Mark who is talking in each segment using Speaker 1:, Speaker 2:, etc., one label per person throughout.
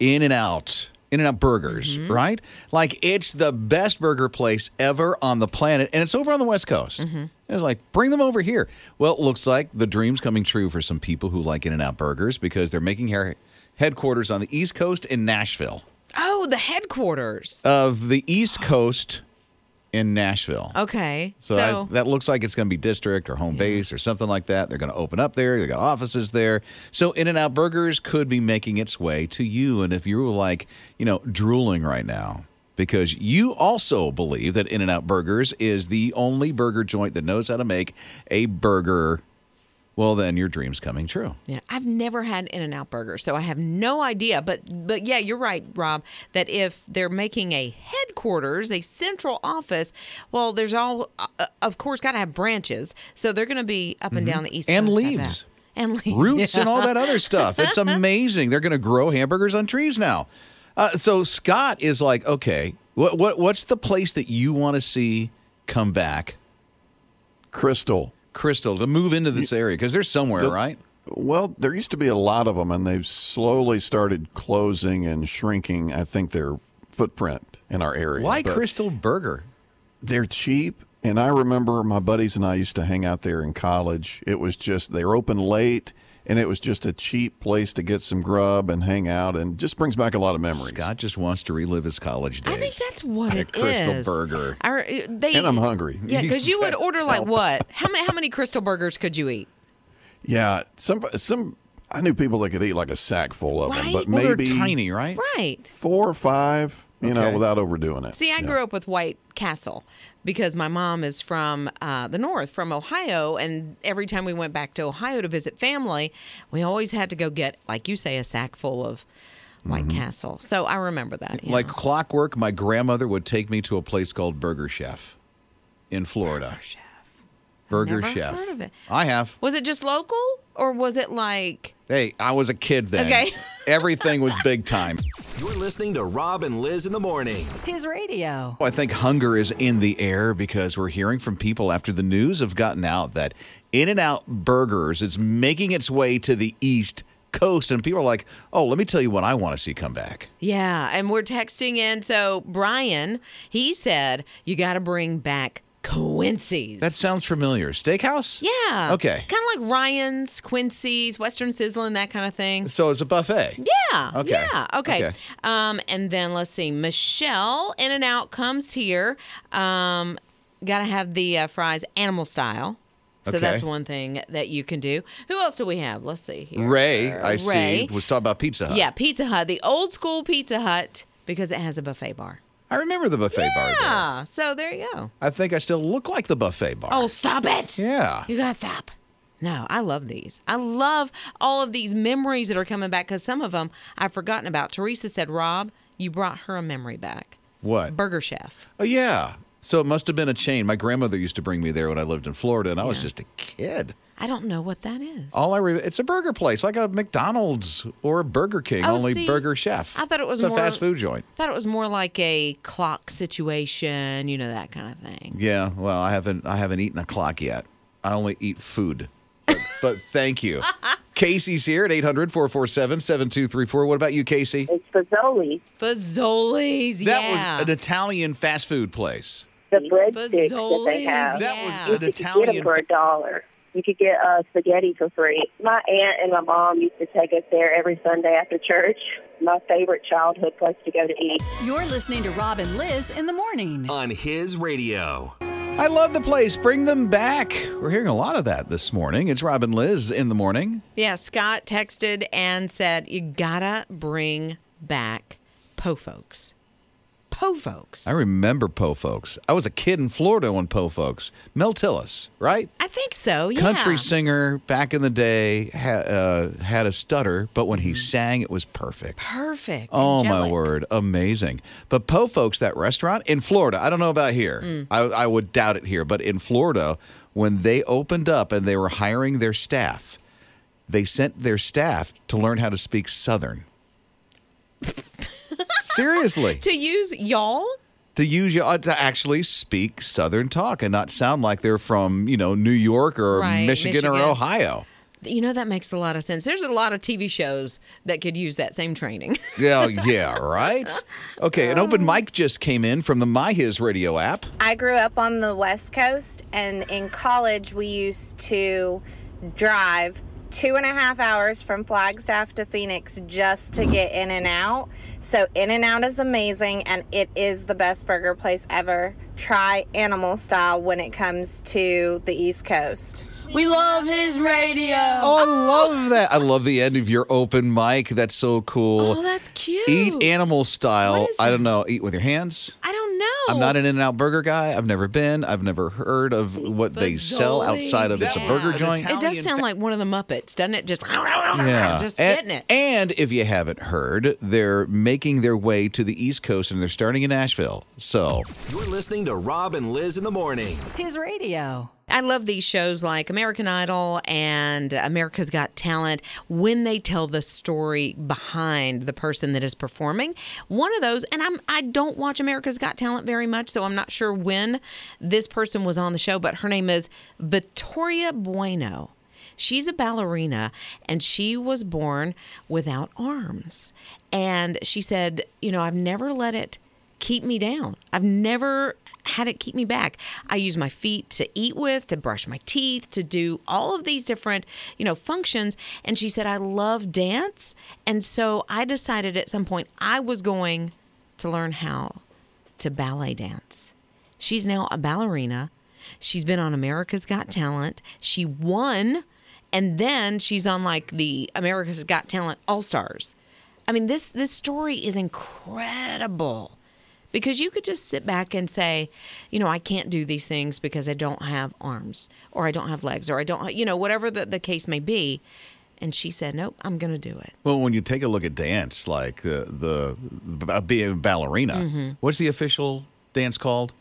Speaker 1: out. In and Out Burgers, right? Like it's the best burger place ever on the planet, and it's over on the West Coast. It's like bring them over here. Well, it looks like the dream's coming true for some people who like In and Out Burgers because they're making their headquarters on the East Coast in Nashville
Speaker 2: Oh, the headquarters.
Speaker 1: of the East Coast in Nashville.
Speaker 2: Okay.
Speaker 1: So,
Speaker 2: So,
Speaker 1: I- that looks like it's going to be district or home base or something like that. They're going to open up there. They got offices there. So In and Out Burgers could be making its way to you. And if you were like, you know, drooling right now because you also believe that In and Out Burgers is the only burger joint that knows how to make a burger, well, then your dream's coming true.
Speaker 2: yeah, I've never had In and Out Burger, so I have no idea. But but yeah, you're right, Rob. That if they're making a headquarters, a central office, well, there's all uh, of course got to have branches, so they're going to be up and down the east
Speaker 1: Mm-hmm. And
Speaker 2: Coast, I bet.
Speaker 1: leaves.
Speaker 2: and leaves,
Speaker 1: roots
Speaker 2: yeah.
Speaker 1: and all that other stuff. It's amazing. They're going to grow hamburgers on trees now. Uh, so Scott is like, okay, what what what's the place that you want to see come back,
Speaker 3: Crystal.
Speaker 1: Crystal, to move into this area because there's somewhere, right?
Speaker 3: Well, there used to be a lot of them, and they've slowly started closing and shrinking. I think their footprint in our area.
Speaker 1: Why
Speaker 3: But
Speaker 1: Crystal Burger?
Speaker 3: They're cheap, and I remember my buddies and I used to hang out there in college. It was just they were open late, and it was just a cheap place to get some grub and hang out, and just brings back a lot of memories.
Speaker 1: Scott just wants to relive his college days.
Speaker 2: I think that's what
Speaker 1: at a
Speaker 2: it is.
Speaker 1: Crystal Burger.
Speaker 2: Our- uh, they-
Speaker 3: And I'm hungry.
Speaker 2: Yeah, because you would order like
Speaker 3: helps.
Speaker 2: what? How many how many Crystal Burgers could you eat?
Speaker 3: Yeah, some some I knew people that could eat like a sack full of them,
Speaker 2: Right?
Speaker 3: but
Speaker 1: Well, they're
Speaker 3: maybe
Speaker 1: tiny, right?
Speaker 2: Right.
Speaker 3: four or five, you know,
Speaker 1: Okay.
Speaker 3: without overdoing it.
Speaker 2: See, I grew up with White Castle because my mom is from uh, the north, from Ohio, and every time we went back to Ohio to visit family, we always had to go get, like you say, a sack full of White Castle. So I remember that. yeah.
Speaker 1: Mm-hmm. Like clockwork, my grandmother would take me to a place called Burger Chef in Florida. Burger
Speaker 2: Never
Speaker 1: Chef.
Speaker 2: heard of it.
Speaker 1: I have.
Speaker 2: was it just local or was it like?
Speaker 1: Hey, I was a kid then.
Speaker 2: Okay.
Speaker 1: Everything was big time.
Speaker 4: You're listening to Rob and Liz in the morning.
Speaker 5: His radio.
Speaker 1: I think hunger is in the air because we're hearing from people after the news have gotten out that In N Out Burgers is making its way to the East Coast. And people are like, oh, let me tell you what I want to see come back.
Speaker 2: Yeah, and we're texting in. So Brian, he said, you got to bring back Quincy's.
Speaker 1: That sounds familiar. Steakhouse?
Speaker 2: Yeah.
Speaker 1: Okay.
Speaker 2: Kind of like Ryan's, Quincy's, Western Sizzling, that kind of thing.
Speaker 1: So it's a buffet.
Speaker 2: Yeah.
Speaker 1: Okay.
Speaker 2: Yeah. Okay.
Speaker 1: Okay.
Speaker 2: Um, and then let's see. Michelle In and Out comes here. Um, gotta have the uh, fries animal style. So that's
Speaker 1: Okay.
Speaker 2: one thing that you can do. Who else do we have? Let's see here.
Speaker 1: Ray,
Speaker 2: Uh,
Speaker 1: I see,
Speaker 2: Ray.
Speaker 1: was talking about Pizza Hut.
Speaker 2: Yeah, Pizza Hut, the old school Pizza Hut, because it has a buffet bar.
Speaker 1: I remember the buffet bar there.
Speaker 2: Yeah. So there you go.
Speaker 1: I think I still look like the buffet bar.
Speaker 2: Oh, stop it.
Speaker 1: yeah.
Speaker 2: You gotta stop. No, I love these. I love all of these memories that are coming back because some of them I've forgotten about. Teresa said, Rob, you brought her a memory back.
Speaker 1: What?
Speaker 2: Burger Chef.
Speaker 1: Oh yeah. So it must have been a chain. My grandmother used to bring me there when I lived in Florida, and I was just a kid.
Speaker 2: I don't know what that is.
Speaker 1: All I re- it's a burger place, like a McDonald's or a Burger King,
Speaker 2: Oh,
Speaker 1: only
Speaker 2: see,
Speaker 1: Burger Chef.
Speaker 2: I thought it was
Speaker 1: it's
Speaker 2: more-
Speaker 1: a fast food joint.
Speaker 2: I thought it was more like a clock situation, you know, that kind of thing.
Speaker 1: Yeah. Well, I haven't I haven't eaten a clock yet. I only eat food. But, but thank you. Casey's here at 800-447-7234. What about you, Casey?
Speaker 6: It's Fazoli,
Speaker 2: Fazoli's,
Speaker 1: That
Speaker 2: yeah.
Speaker 1: was an Italian fast food place.
Speaker 6: the breadsticks that they
Speaker 2: Fazoli's,
Speaker 6: have.
Speaker 1: That was
Speaker 2: yeah.
Speaker 6: You
Speaker 1: an
Speaker 6: could get
Speaker 1: Italian
Speaker 6: them for a dollar. You could get uh, spaghetti for free. My aunt and my mom used to take us there every Sunday after church. My favorite childhood place to go to eat.
Speaker 5: You're listening to Rob and Liz in the morning.
Speaker 4: On his radio.
Speaker 1: I love the place. Bring them back. We're hearing a lot of that this morning. It's Robin Liz in the morning.
Speaker 2: yeah, Scott texted and said, you gotta bring back Po Folks. Po Folks.
Speaker 1: I remember Po Folks. I was a kid in Florida when Po Folks. Mel Tillis, right?
Speaker 2: I think so, yeah.
Speaker 1: Country singer back in the day ha- uh, had a stutter, but when he sang, it was perfect.
Speaker 2: Perfect.
Speaker 1: Oh my
Speaker 2: Mm-hmm. Angelic.
Speaker 1: word, amazing! But Po Folks, that restaurant in Florida, I don't know about here.
Speaker 2: Mm.
Speaker 1: I, I would doubt it here, but in Florida, when they opened up and they were hiring their staff, they sent their staff to learn how to speak Southern. Seriously,
Speaker 2: To use y'all?
Speaker 1: to use your, uh, to actually speak Southern talk and not sound like they're from you know New York or
Speaker 2: Right,
Speaker 1: Michigan, or
Speaker 2: Michigan.
Speaker 1: Ohio.
Speaker 2: You know, that makes a lot of sense. There's a lot of TV shows that could use that same training.
Speaker 1: Yeah, yeah, right? Okay, an
Speaker 2: Oh.
Speaker 1: open mic just came in from the My His radio app.
Speaker 7: I grew up on the West Coast, and in college, we used to drive two and a half hours from Flagstaff to Phoenix just to get In and Out. So, In and Out is amazing, and it is the best burger place ever. Try animal style when it comes to the East Coast.
Speaker 8: We love his radio.
Speaker 1: Oh, I love that. I love the end of your open mic. That's so cool.
Speaker 2: Oh, that's cute.
Speaker 1: Eat animal style.
Speaker 2: What is Oh.
Speaker 1: I don't know. Eat with your hands.
Speaker 2: I don't know.
Speaker 1: I'm not an In and Out burger guy. I've never been. I've never heard of what they sell outside of it's a
Speaker 2: yeah.
Speaker 1: burger
Speaker 2: An
Speaker 1: joint.
Speaker 2: It does sound like one of the Muppets, doesn't it? Just yeah, just
Speaker 1: and,
Speaker 2: getting it.
Speaker 1: and if you haven't heard, they're making their way to the East Coast and they're starting in Nashville. So
Speaker 4: You're listening to Rob and Liz in the morning.
Speaker 5: His radio.
Speaker 2: I love these shows like American Idol and America's Got Talent when they tell the story behind the person that is performing. One of those, and I'm I don't watch America's Got Talent very much, so I'm not sure when this person was on the show, but her name is Victoria Bueno. She's a ballerina and she was born without arms. And she said, You know, I've never let it keep me down. I've never had it keep me back. I use my feet to eat with, to brush my teeth, to do all of these different, you know, functions. And she said, I love dance. And so I decided at some point I was going to learn how to ballet dance. She's now a ballerina. She's been on America's Got Talent. She won. And then she's on like the America's Got Talent All Stars. I mean, this this story is incredible because you could just sit back and say, you know, I can't do these things because I don't have arms or I don't have legs or I don't, you know, whatever the, the case may be. And she said, nope, I'm going to do it.
Speaker 1: Well, when you take a look at dance, like uh, the, the being ballerina,
Speaker 2: Mm-hmm.
Speaker 1: what's the official dance called?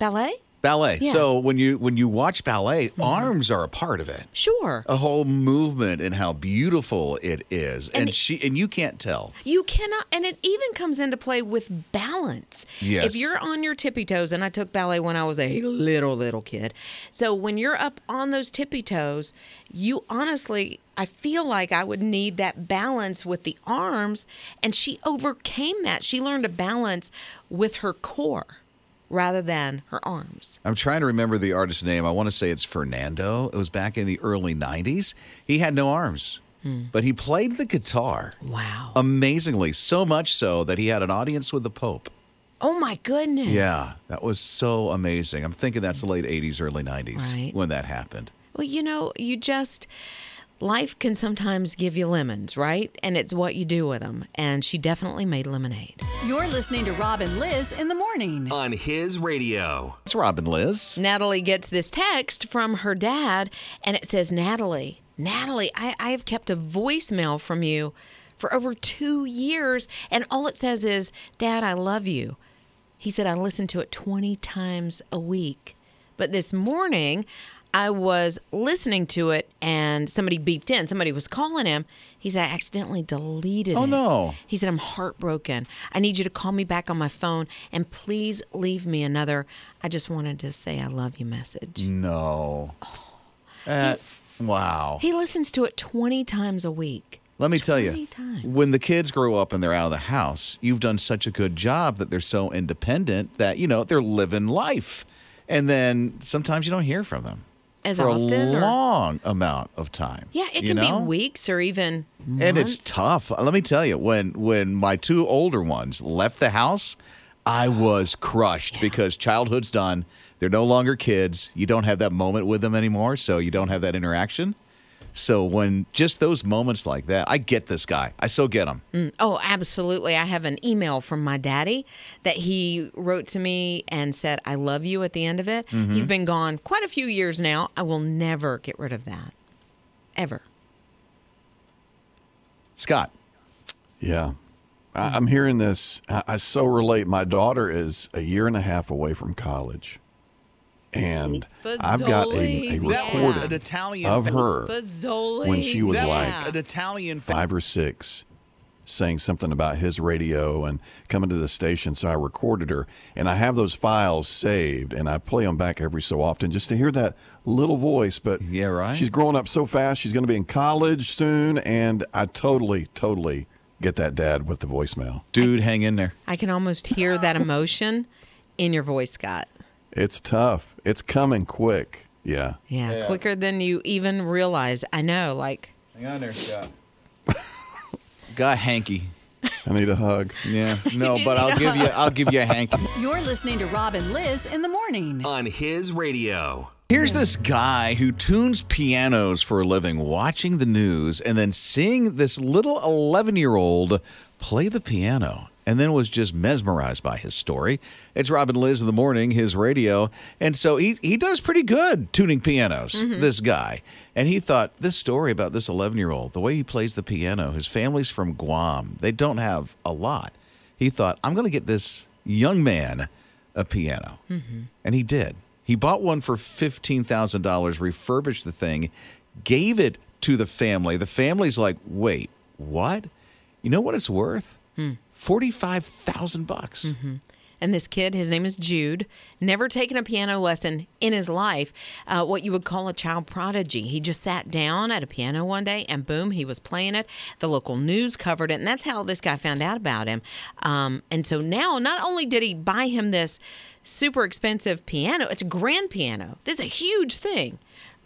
Speaker 2: Ballet?
Speaker 1: Ballet.
Speaker 2: Yeah. Mm-hmm.
Speaker 1: So when you when you watch ballet, arms are a part of it.
Speaker 2: Sure.
Speaker 1: A whole movement and how beautiful it is, and, she and you can't tell.
Speaker 2: You cannot, and it even comes into play with balance.
Speaker 1: Yes.
Speaker 2: If you're on your tippy toes, and I took ballet when I was a little, little kid. So when you're up on those tippy toes, you honestly, I feel like I would need that balance with the arms. And she overcame that. She learned to balance with her core rather than her arms.
Speaker 1: I'm trying to remember the artist's name. I want to say it's Fernando. It was back in the early '90s. He had no arms, but he played the guitar
Speaker 2: Wow.
Speaker 1: amazingly, so much so that he had an audience with the Pope.
Speaker 2: oh my goodness.
Speaker 1: Yeah, that was so amazing. I'm thinking that's the late 80s, early 90s
Speaker 2: Right.
Speaker 1: when that happened.
Speaker 2: Well, you know, you just life can sometimes give you lemons, right? And it's what you do with them. And she definitely made lemonade.
Speaker 5: You're listening to Rob and Liz in the morning.
Speaker 4: On his radio.
Speaker 1: It's Robin Liz.
Speaker 2: Natalie gets this text from her dad, and it says, Natalie, Natalie, I, I have kept a voicemail from you for over two years. And all it says is, Dad, I love you. He said, I listen to it 20 times a week. But this morning, I was listening to it and somebody beeped in. Somebody was calling him. He said, I accidentally deleted
Speaker 1: Oh,
Speaker 2: it.
Speaker 1: no.
Speaker 2: He said, I'm heartbroken. I need you to call me back on my phone and please leave me another. I just wanted to say I love you message.
Speaker 1: Mm. No. Uh, wow.
Speaker 2: He listens to it 20 times a week.
Speaker 1: Let me tell
Speaker 2: 20
Speaker 1: you,
Speaker 2: times.
Speaker 1: when the kids grow up and they're out of the house, you've done such a good job that they're so independent that, you know, they're living life. And then sometimes you don't hear from them
Speaker 2: As
Speaker 1: for
Speaker 2: often?
Speaker 1: a
Speaker 2: or-
Speaker 1: long amount of time.
Speaker 2: yeah, it
Speaker 1: you
Speaker 2: can
Speaker 1: know?
Speaker 2: be weeks or even
Speaker 1: And it's
Speaker 2: months.
Speaker 1: tough. Let me tell you, when when my two older ones left the house, I was crushed because childhood's done. They're no longer kids. You don't have that moment with them anymore, so you don't have that interaction. So when just those moments like that, I get this guy. I so get him.
Speaker 2: Oh, absolutely. I have an email from my daddy that he wrote to me and said, I love you at the end of it. He's been gone quite a few years now. I will never get rid of that. Ever.
Speaker 1: Scott.
Speaker 3: Yeah. I, I'm hearing this. I, I so relate. My daughter is a year and a half away from college. And I've got a, a
Speaker 2: Fazoli's, yeah.
Speaker 3: recording
Speaker 2: An
Speaker 1: Italian
Speaker 3: of her
Speaker 2: Fazoli.
Speaker 3: when she was like
Speaker 1: Italian
Speaker 3: five or six. saying something about his radio and coming to the station. So I recorded her, and I have those files saved, and I play them back every so often just to hear that little voice. But
Speaker 1: Yeah, right.
Speaker 3: She's growing up so fast. She's going to be in college soon, and I totally, totally get that dad with the voicemail.
Speaker 1: Dude, hang in there.
Speaker 2: I can almost hear that emotion in your voice, Scott.
Speaker 3: It's tough. It's coming quick. Yeah.
Speaker 2: Yeah, quicker than you even realize. I know, like
Speaker 1: Hang on there, Scott. Got hanky.
Speaker 3: I need a hug.
Speaker 1: Yeah. No, but I'll give you I'll give you a hanky.
Speaker 5: You're listening to Rob and Liz in the morning.
Speaker 4: On his radio.
Speaker 1: Here's this guy who tunes pianos for a living, watching the news, and then seeing this little 11 year old play the piano, and then was just mesmerized by his story. It's Robin Liz in the morning, his radio. And so he, he does pretty good tuning pianos, this guy. And he thought, this story about this 11 year old, the way he plays the piano, his family's from Guam, they don't have a lot. He thought, I'm going to get this young man a piano. And he did. He bought one for $15,000, refurbished the thing, gave it to the family. The family's like, wait, what? You know what it's worth?
Speaker 2: Hmm.
Speaker 1: 45,000 bucks.
Speaker 2: Mm-hmm. and this kid, his name is Jude, never taken a piano lesson in his life, uh, what you would call a child prodigy. He just sat down at a piano one day and boom, he was playing it. The local news covered it, and that's how this guy found out about him. Um, and so now, not only did he buy him this super expensive piano, it's a grand piano, this is a huge thing.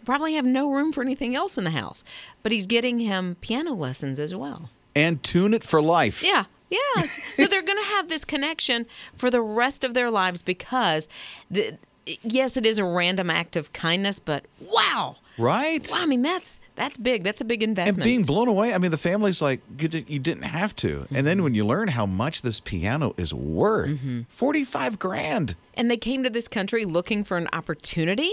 Speaker 2: Probably have no room for anything else in the house, but he's getting him piano lessons as well.
Speaker 1: And tune it for life.
Speaker 2: Yeah. Yeah. so they're going to have this connection for the rest of their lives because, the, yes, it is a random act of kindness, but wow.
Speaker 1: Right?
Speaker 2: Wow, I mean, that's that's big. That's a big investment.
Speaker 1: And being blown away. I mean, the family's like, you, did, you didn't have to. And
Speaker 2: Mm-hmm.
Speaker 1: then when you learn how much this piano is worth 45 grand.
Speaker 2: and they came to this country looking for an opportunity,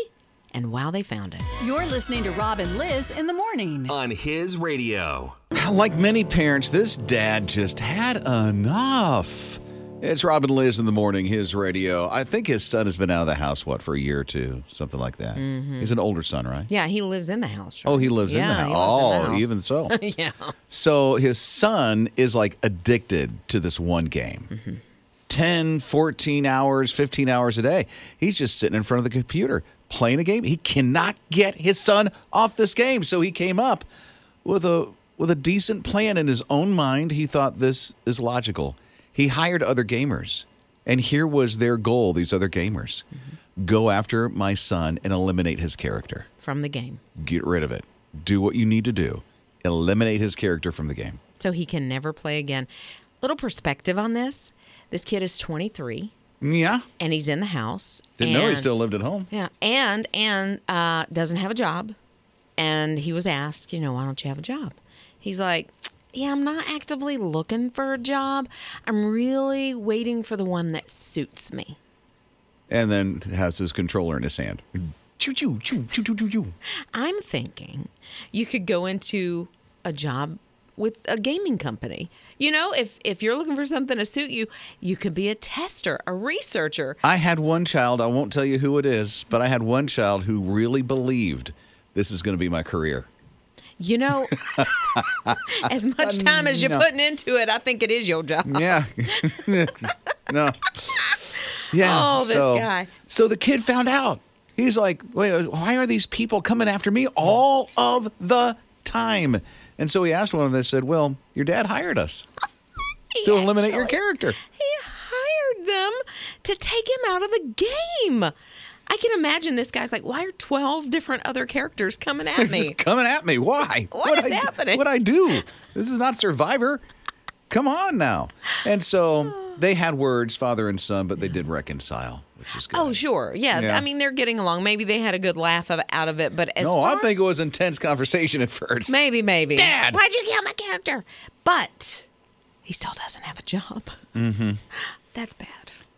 Speaker 2: and wow, they found it.
Speaker 5: You're listening to Rob and Liz in the morning.
Speaker 4: On his radio.
Speaker 1: Like many parents, this dad just had enough. It's Robin Liz in the morning, his radio. I think his son has been out of the house, what, for a year or two, something like that. He's an older son, right?
Speaker 2: Yeah, he lives in the house. right?
Speaker 1: Oh, he lives in the
Speaker 2: Mm-hmm. Yeah,
Speaker 1: house.
Speaker 2: he lives in
Speaker 1: Oh,
Speaker 2: the house.
Speaker 1: even so.
Speaker 2: yeah.
Speaker 1: So his son is like addicted to this one game. 10, 14 hours, 15 hours a day. He's just sitting in front of the computer playing a game. He cannot get his son off this game. So he came up with a with a decent plan in his own mind. He thought this is logical. He hired other gamers. And here was their goal, these other gamers. Go after my son and eliminate his character
Speaker 2: From the game.
Speaker 1: get rid of it. Do what you need to do. Eliminate his character from the game.
Speaker 2: So he can never play again. Little perspective on this this kid is 23
Speaker 1: Yeah.
Speaker 2: and he's in the house.
Speaker 1: Didn't know he
Speaker 2: and-
Speaker 1: still lived at home.
Speaker 2: Yeah, and and uh, doesn't have a job, and he was asked, you know, why don't you have a job? He's like, yeah, I'm not actively looking for a job. I'm really waiting for the one that suits me.
Speaker 1: And then has his controller in his hand. Choo choo choo choo choo choo choo.
Speaker 2: I'm thinking you could go into a job with a gaming company. You know, if if you're looking for something to suit you, you could be a tester, a researcher.
Speaker 1: I had one child, I won't tell you who it is, but I had one child who really believed this is going to be my career.
Speaker 2: You know, as much time as you're
Speaker 1: Uh, No.
Speaker 2: putting into it, I think it is your job.
Speaker 1: Yeah. no. Yeah.
Speaker 2: Oh, this
Speaker 1: so,
Speaker 2: guy.
Speaker 1: So the kid found out. He's like, wait, why are these people coming after me all of the time? And so he asked one of them, they said, well, your dad hired us
Speaker 2: He
Speaker 1: to eliminate your
Speaker 2: actually-
Speaker 1: character.
Speaker 2: He hired them to take him out of the game. I can imagine this guy's like, why are 12 different other characters coming at
Speaker 1: He's
Speaker 2: me?
Speaker 1: coming at me. Why?
Speaker 2: What is
Speaker 1: I,
Speaker 2: happening?
Speaker 1: What I do? This is not Survivor. Come on now. And so they had words, father and son, but they did reconcile, which is good.
Speaker 2: Oh, sure. Yeah.
Speaker 1: Yeah.
Speaker 2: I mean, they're getting along. Maybe they had a good laugh of, out of it. But as
Speaker 1: No,
Speaker 2: far
Speaker 1: I think it was intense conversation at first.
Speaker 2: maybe, maybe. Dad! Why'd you kill my character? But he still doesn't have a job. Mm-hmm. That's bad.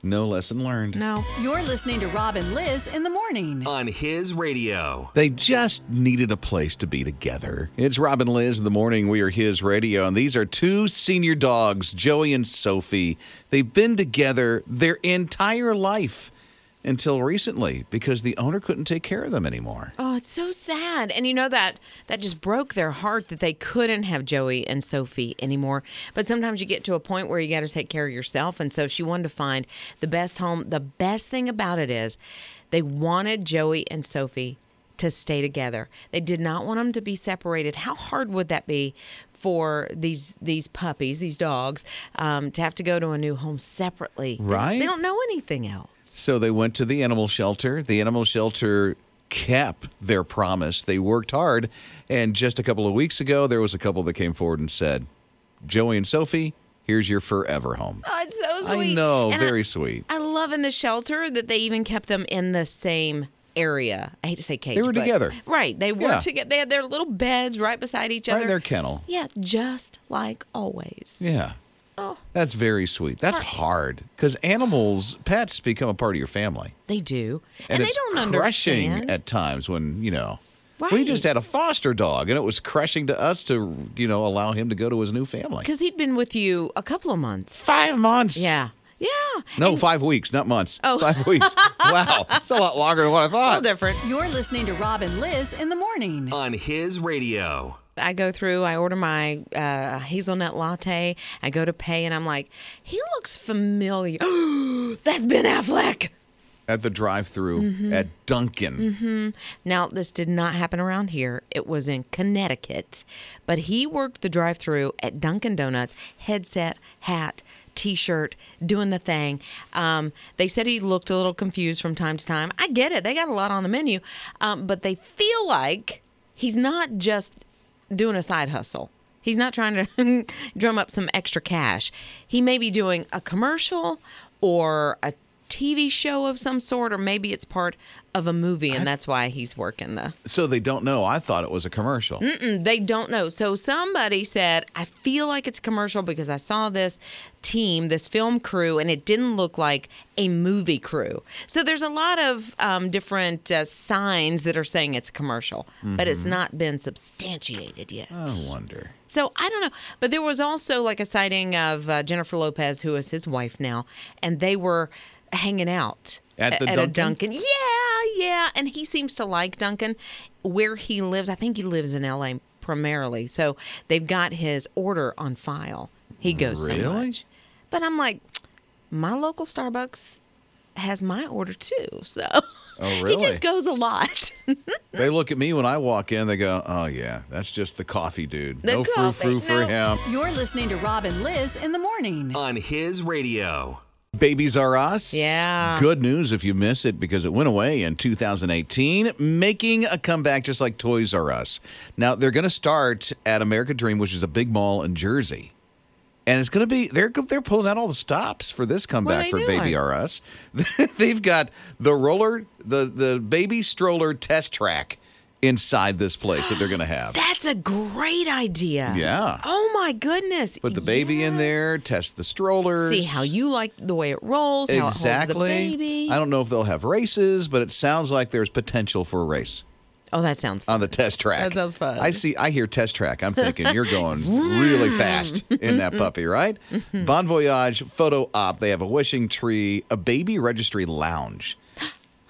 Speaker 1: No lesson learned.
Speaker 2: No.
Speaker 5: You're listening to Rob and Liz in the morning.
Speaker 4: On his radio.
Speaker 1: They just needed a place to be together. It's Robin Liz in the morning. We are his radio, and these are two senior dogs, Joey and Sophie. They've been together their entire life until recently because the owner couldn't take care of them anymore. Oh.
Speaker 2: Oh, it's so sad. And you know that that just broke their heart that they couldn't have Joey and Sophie anymore. But sometimes you get to a point where you got to take care of yourself and so she wanted to find the best home. The best thing about it is they wanted Joey and Sophie to stay together. They did not want them to be separated. How hard would that be for these these puppies, these dogs, um, to have to go to a new home separately?
Speaker 1: Right.
Speaker 2: They don't know anything else.
Speaker 1: So they went to the animal shelter. The animal shelter kept their promise. They worked hard. And just a couple of weeks ago, there was a couple that came forward and said, Joey and Sophie, here's your forever home.
Speaker 2: Oh, it's so sweet.
Speaker 1: I know,
Speaker 2: And I-
Speaker 1: very sweet.
Speaker 2: I love in the shelter that they even kept them in the same area. I hate to say cage.
Speaker 1: They were
Speaker 2: but-
Speaker 1: together.
Speaker 2: Right. They were
Speaker 1: Yeah.
Speaker 2: together. They had their little beds right beside each
Speaker 1: Right
Speaker 2: other.
Speaker 1: in their kennel.
Speaker 2: yeah, just like always.
Speaker 1: Yeah.
Speaker 2: Oh.
Speaker 1: That's very sweet. That's hard because animals, pets become a part of your family.
Speaker 2: They do.
Speaker 1: And,
Speaker 2: And, they
Speaker 1: it's
Speaker 2: don't
Speaker 1: crushing
Speaker 2: understand.
Speaker 1: at times when, you know, we just
Speaker 2: Right.
Speaker 1: had a foster dog and it was crushing to us to, you know, allow him to go to his new family.
Speaker 2: because he'd been with you a couple of months.
Speaker 1: Five months.
Speaker 2: Yeah. Yeah.
Speaker 1: No, five weeks, not months.
Speaker 2: Oh.
Speaker 1: Five weeks. Wow. That's a lot longer than what I
Speaker 2: A little
Speaker 1: thought.
Speaker 2: different.
Speaker 5: You're listening to Rob and Liz in the morning.
Speaker 4: On his radio.
Speaker 2: I go through, I order my uh, hazelnut latte. I go to pay, and I'm like, he looks familiar. That's Ben Affleck.
Speaker 1: At the drive through
Speaker 2: Mm-hmm.
Speaker 1: at Duncan.
Speaker 2: Now, this did not happen around here. It was in Connecticut. But he worked the drive through at Dunkin' Donuts, headset, hat, t shirt, doing the thing. Um, they said he looked a little confused from time to time. I get it. They got a lot on the menu. Um, but they feel like he's not just doing a side hustle. He's not trying to drum up some extra cash. He may be doing a commercial or a TV show of some sort, or maybe it's part of a movie, and that's why he's working the.
Speaker 1: So they don't know. I thought it was a commercial.
Speaker 2: They don't know. So somebody said, I feel like it's a commercial because I saw this team, this film crew, and it didn't look like a movie crew. So there's a lot of um, different uh, signs that are saying it's a commercial, but it's not been substantiated yet.
Speaker 1: I wonder.
Speaker 2: So I don't know, but there was also like a sighting of uh, Jennifer Lopez, who is his wife now, and they were hanging out
Speaker 1: At the
Speaker 2: a- a
Speaker 1: Dunkin'?
Speaker 2: Dunkin'. Yeah, yeah, and he seems to like Duncan, where he lives. I think he lives in L.A. primarily, so they've got his order on file. He goes so
Speaker 1: Really?
Speaker 2: much, but I'm like, my local Starbucks has my order too, so
Speaker 1: Oh,
Speaker 2: he
Speaker 1: really?
Speaker 2: just goes a lot.
Speaker 1: They look at me when I walk in. They go, "Oh yeah, that's just the coffee dude.
Speaker 2: The
Speaker 1: no frou
Speaker 2: coffee,
Speaker 1: frou for
Speaker 2: no."
Speaker 1: him."
Speaker 5: You're listening to Rob and Liz in the morning.
Speaker 4: On his radio.
Speaker 1: Babies Are Us.
Speaker 2: Yeah.
Speaker 1: Good news if you miss it because it went away in 2018, making a comeback just like Toys R Us. Now, they're going to start at America Dream, which is a big mall in Jersey. And it's going to be, they're, they're pulling out all the stops for this comeback
Speaker 2: they
Speaker 1: for
Speaker 2: doing?
Speaker 1: Baby R Us. They've got the roller, the, the baby stroller test track inside this place that they're going to have.
Speaker 2: That's a great idea.
Speaker 1: Yeah.
Speaker 2: Oh my goodness.
Speaker 1: Put the baby in
Speaker 2: Yes.
Speaker 1: there, test the strollers.
Speaker 2: See how you like the way it rolls, how it holds the
Speaker 1: Exactly.
Speaker 2: baby.
Speaker 1: I don't know if they'll have races, but it sounds like there's potential for a race
Speaker 2: oh, that sounds fun.
Speaker 1: on the test track.
Speaker 2: That sounds fun.
Speaker 1: I see. I hear test track. I'm thinking you're going really fast in that puppy, right?
Speaker 2: Mm-hmm.
Speaker 1: bon Voyage photo op. They have a wishing tree, a baby registry lounge.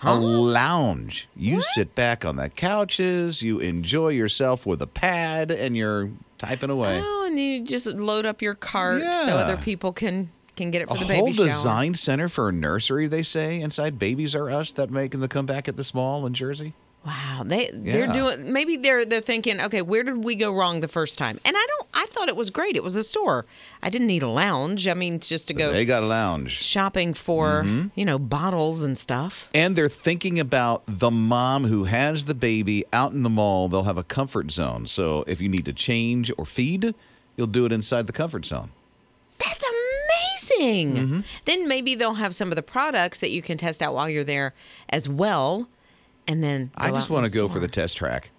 Speaker 1: A lounge. You sit back on the couches. You enjoy yourself with a pad, and you're typing away.
Speaker 2: Oh, and you just load up your cart
Speaker 1: Yeah.
Speaker 2: so other people can can get it for
Speaker 1: a
Speaker 2: the
Speaker 1: whole
Speaker 2: baby shower.
Speaker 1: design center for a nursery, they say, inside Babies Are Us that making the comeback at this mall in Jersey.
Speaker 2: Wow, they they're
Speaker 1: Yeah.
Speaker 2: doing. Maybe they're they're thinking, okay, where did we go wrong the first time? And I don't. I thought it was great. It was a store. I didn't need a lounge. I mean, just to go
Speaker 1: They Mm-hmm. got a lounge.
Speaker 2: shopping for you know bottles and stuff.
Speaker 1: And they're thinking about the mom who has the baby out in the mall. They'll have a comfort zone. So if you need to change or feed, you'll do it inside the comfort zone.
Speaker 2: That's amazing.
Speaker 1: Mm-hmm.
Speaker 2: Then maybe they'll have some of the products that you can test out while you're there as well. And then
Speaker 1: I just want to go for the test track.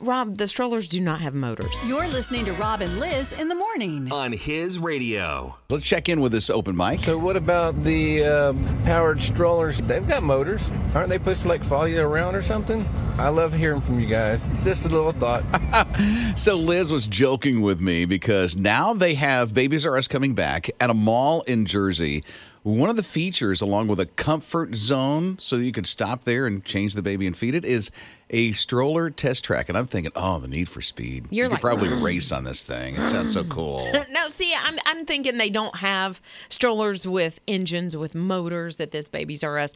Speaker 2: Rob, the strollers do not have motors.
Speaker 5: You're listening to Rob and Liz in the morning.
Speaker 4: On his radio.
Speaker 1: Let's check in with this open mic.
Speaker 9: So what about the uh, powered strollers? They've got motors. Aren't they supposed to like follow you around or something? I love hearing from you guys. Just a little thought.
Speaker 1: So Liz was joking with me because now they have Babies R Us coming back at a mall in Jersey One of the features, along with a comfort zone, so that you could stop there and change the baby and feed it, is a stroller test track. And I'm thinking, oh, the need for speed.
Speaker 2: You're
Speaker 1: you could
Speaker 2: like,
Speaker 1: probably race on this thing. It sounds so cool.
Speaker 2: No, see, I'm, I'm thinking they don't have strollers with engines, with motors that this Babies R Us.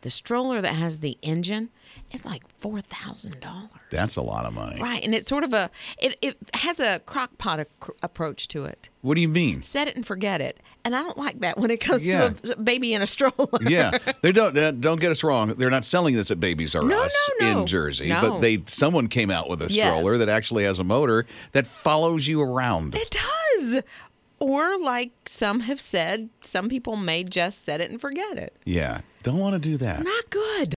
Speaker 2: The stroller that has the engine is like $4,000.
Speaker 1: That's a lot of money.
Speaker 2: Right, and it's sort of a it, it has a crock pot ac- approach to it.
Speaker 1: What do you mean?
Speaker 2: Set it and forget it, and I don't like that when it comes
Speaker 1: Yeah.
Speaker 2: to a baby in a stroller.
Speaker 1: yeah, they don't. uh, Don't get us wrong. They're not selling this at Babies R
Speaker 2: No,
Speaker 1: Us
Speaker 2: no, no.
Speaker 1: in Jersey,
Speaker 2: No.
Speaker 1: but they someone came out with a
Speaker 2: Yes.
Speaker 1: stroller that actually has a motor that follows you around.
Speaker 2: It does, or like some have said, some people may just set it and forget it.
Speaker 1: yeah, don't want to do that.
Speaker 2: Not good.